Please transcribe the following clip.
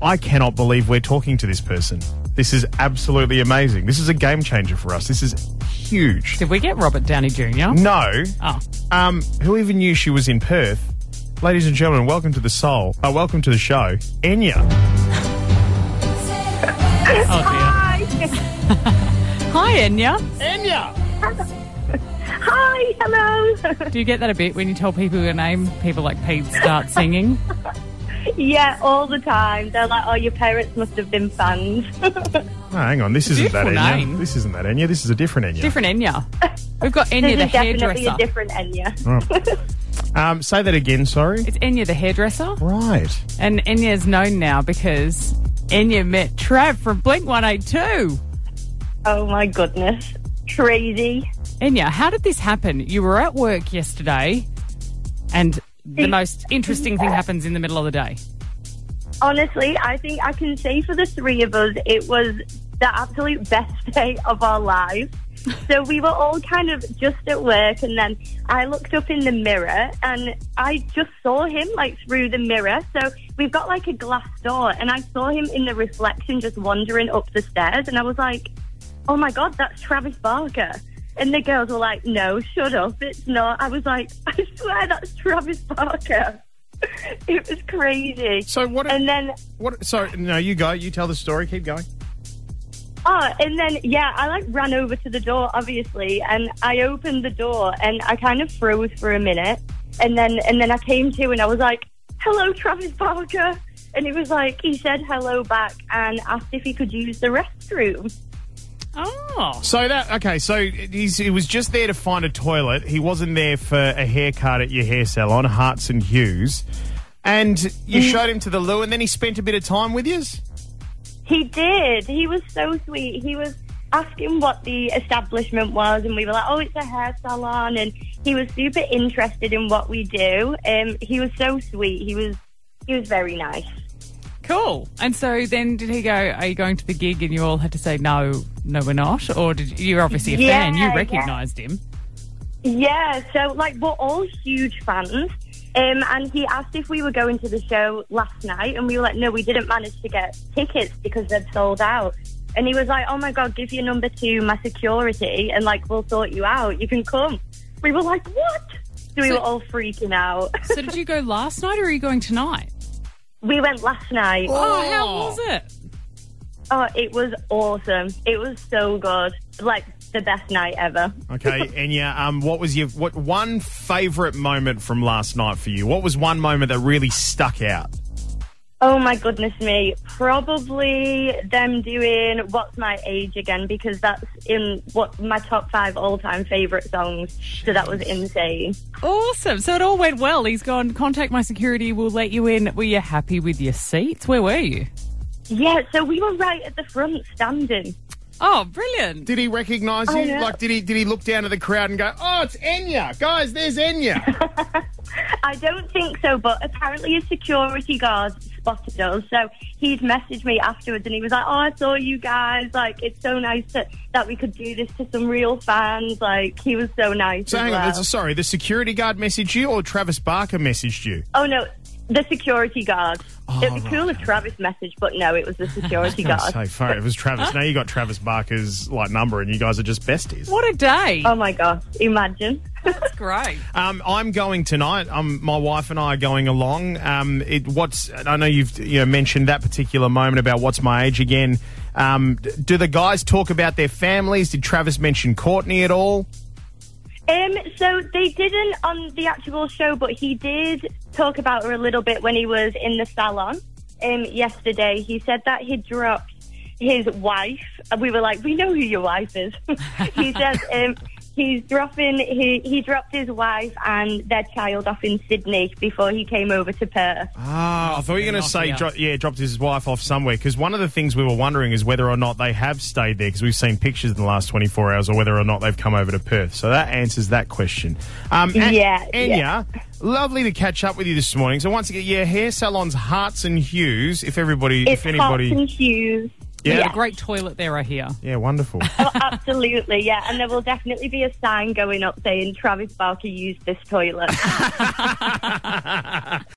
I cannot believe we're talking to this person. This is absolutely amazing. This is a game changer for us. This is huge. Did we get Robert Downey Jr.? Mm. No. Oh. Um, who even knew she was in Perth? Ladies and gentlemen, welcome to the soul. Uh, welcome to the show, Enya. Oh, Hi. dear. Hi, Enya. Hi. Hello. Do you get that a bit when you tell people your name? People like Pete start singing. yeah, all the time. They're like, "Oh, your parents must have been fans." Oh, hang on, this isn't that Beautiful Enya. name. This isn't that Enya. This is a different Enya. Different Enya. We've got Enya this the is definitely hairdresser. a different Enya. Um, say that again. Sorry. it's Enya the hairdresser. Right. And Enya is known now because Enya met Trav from Blink 182. Oh my goodness, crazy. Enya, how did this happen? You were at work yesterday, and the most interesting thing happens in the middle of the day. Honestly, I think I can say for the three of us, it was the absolute best day of our lives. So we were all kind of just at work, and then I looked up in the mirror and I just saw him like through the mirror. So we've got like a glass door, and I saw him in the reflection just wandering up the stairs, and I was like, oh my God, that's Travis Barker. And the girls were like, no, shut up, it's not. I was like, I swear that's Travis Barker. it was crazy. So what? And then, what? So no, you go. You tell the story. Keep going. oh, and then, yeah, I like ran over to the door, obviously, and I opened the door and I kind of froze for a minute, and then, and then I came to and I was like, "Hello, Travis Barker," and it was like he said hello back and asked if he could use the restroom. Oh. So that okay. So he's, he was just there to find a toilet. He wasn't there for a haircut at your hair salon, Hearts and Hughes. And you showed him to the loo, and then he spent a bit of time with you. He did. He was so sweet. He was asking what the establishment was, and we were like, "Oh, it's a hair salon," and he was super interested in what we do. Um, he was so sweet. He was, he was very nice. Cool. And so then did he go, Are you going to the gig? And you all had to say, No, no, we're not. Or did you, you're obviously a Yeah, fan, you yeah. recognised him. Yeah, so like we're all huge fans. Um, and he asked if we were going to the show last night, and we were like, no, we didn't manage to get tickets because they'd sold out. And he was like, oh my God, give your number to my security, and like, we'll sort you out. You can come. We were like, what? So we So- were all freaking out. So did you go last night or are you going tonight? we went last night. Oh, how was it? Oh, it was awesome. It was so good. Like, the best night ever. Okay, Enya. Um, what was your what one favourite moment from last night for you? What was one moment that really stuck out? Oh my goodness me. Probably them doing What's My Age again because that's in what my top five all time favourite songs. So that was insane. Awesome. So it all went well. He's gone, Contact my security, we'll let you in. Were you happy with your seats? Where were you? Yeah, so we were right at the front standing. Oh, brilliant. Did he recognise I you? know. Like, did he did he look down at the crowd and go, "Oh, it's Enya, guys, there's Enya." I don't think so, but apparently a security guard spotted us. So he'd messaged me afterwards and he was like, Oh, I saw you guys. Like, it's so nice that, that we could do this to some real fans. Like, he was so nice. so as hang on. well. that's- Sorry, the security guard messaged you, or Travis Barker messaged you? Oh no, the security guard. It'd be Oh, right. cool if Travis messaged, but no, it was the security I was guard. so sorry, it was Travis. now you got Travis Barker's like number, and you guys are just besties. What a day. Oh my gosh, imagine. That's great. Um, I'm going tonight. Um, my wife and I are going along. Um, it, what's I know you've you know, mentioned that particular moment about what's my age again. Um, d- do the guys talk about their families? Did Travis mention Courtney at all? Um, so they didn't on the actual show, but he did talk about her a little bit when he was in the salon um, yesterday. He said that he dropped his wife. And We were like, we know who your wife is. he said um, he's dropping. He, he dropped his wife and their child off in Sydney before he came over to Perth. Ah, I thought you were going to off say, here. dro- yeah, dropped his wife off somewhere. Because one of the things we were wondering is whether or not they have stayed there, because we've seen pictures in the last 24 hours, or whether or not they've come over to Perth. So that answers that question. Um, An- Yeah, Enya, lovely to catch up with you this morning. So once again, yeah, hair salons Hearts and Hues. If everybody, It's if anybody, Hearts and Hughes. Yeah. A great toilet there, I hear. yeah, wonderful. Oh, absolutely, yeah. And there will definitely be a sign going up saying Travis Barker used this toilet.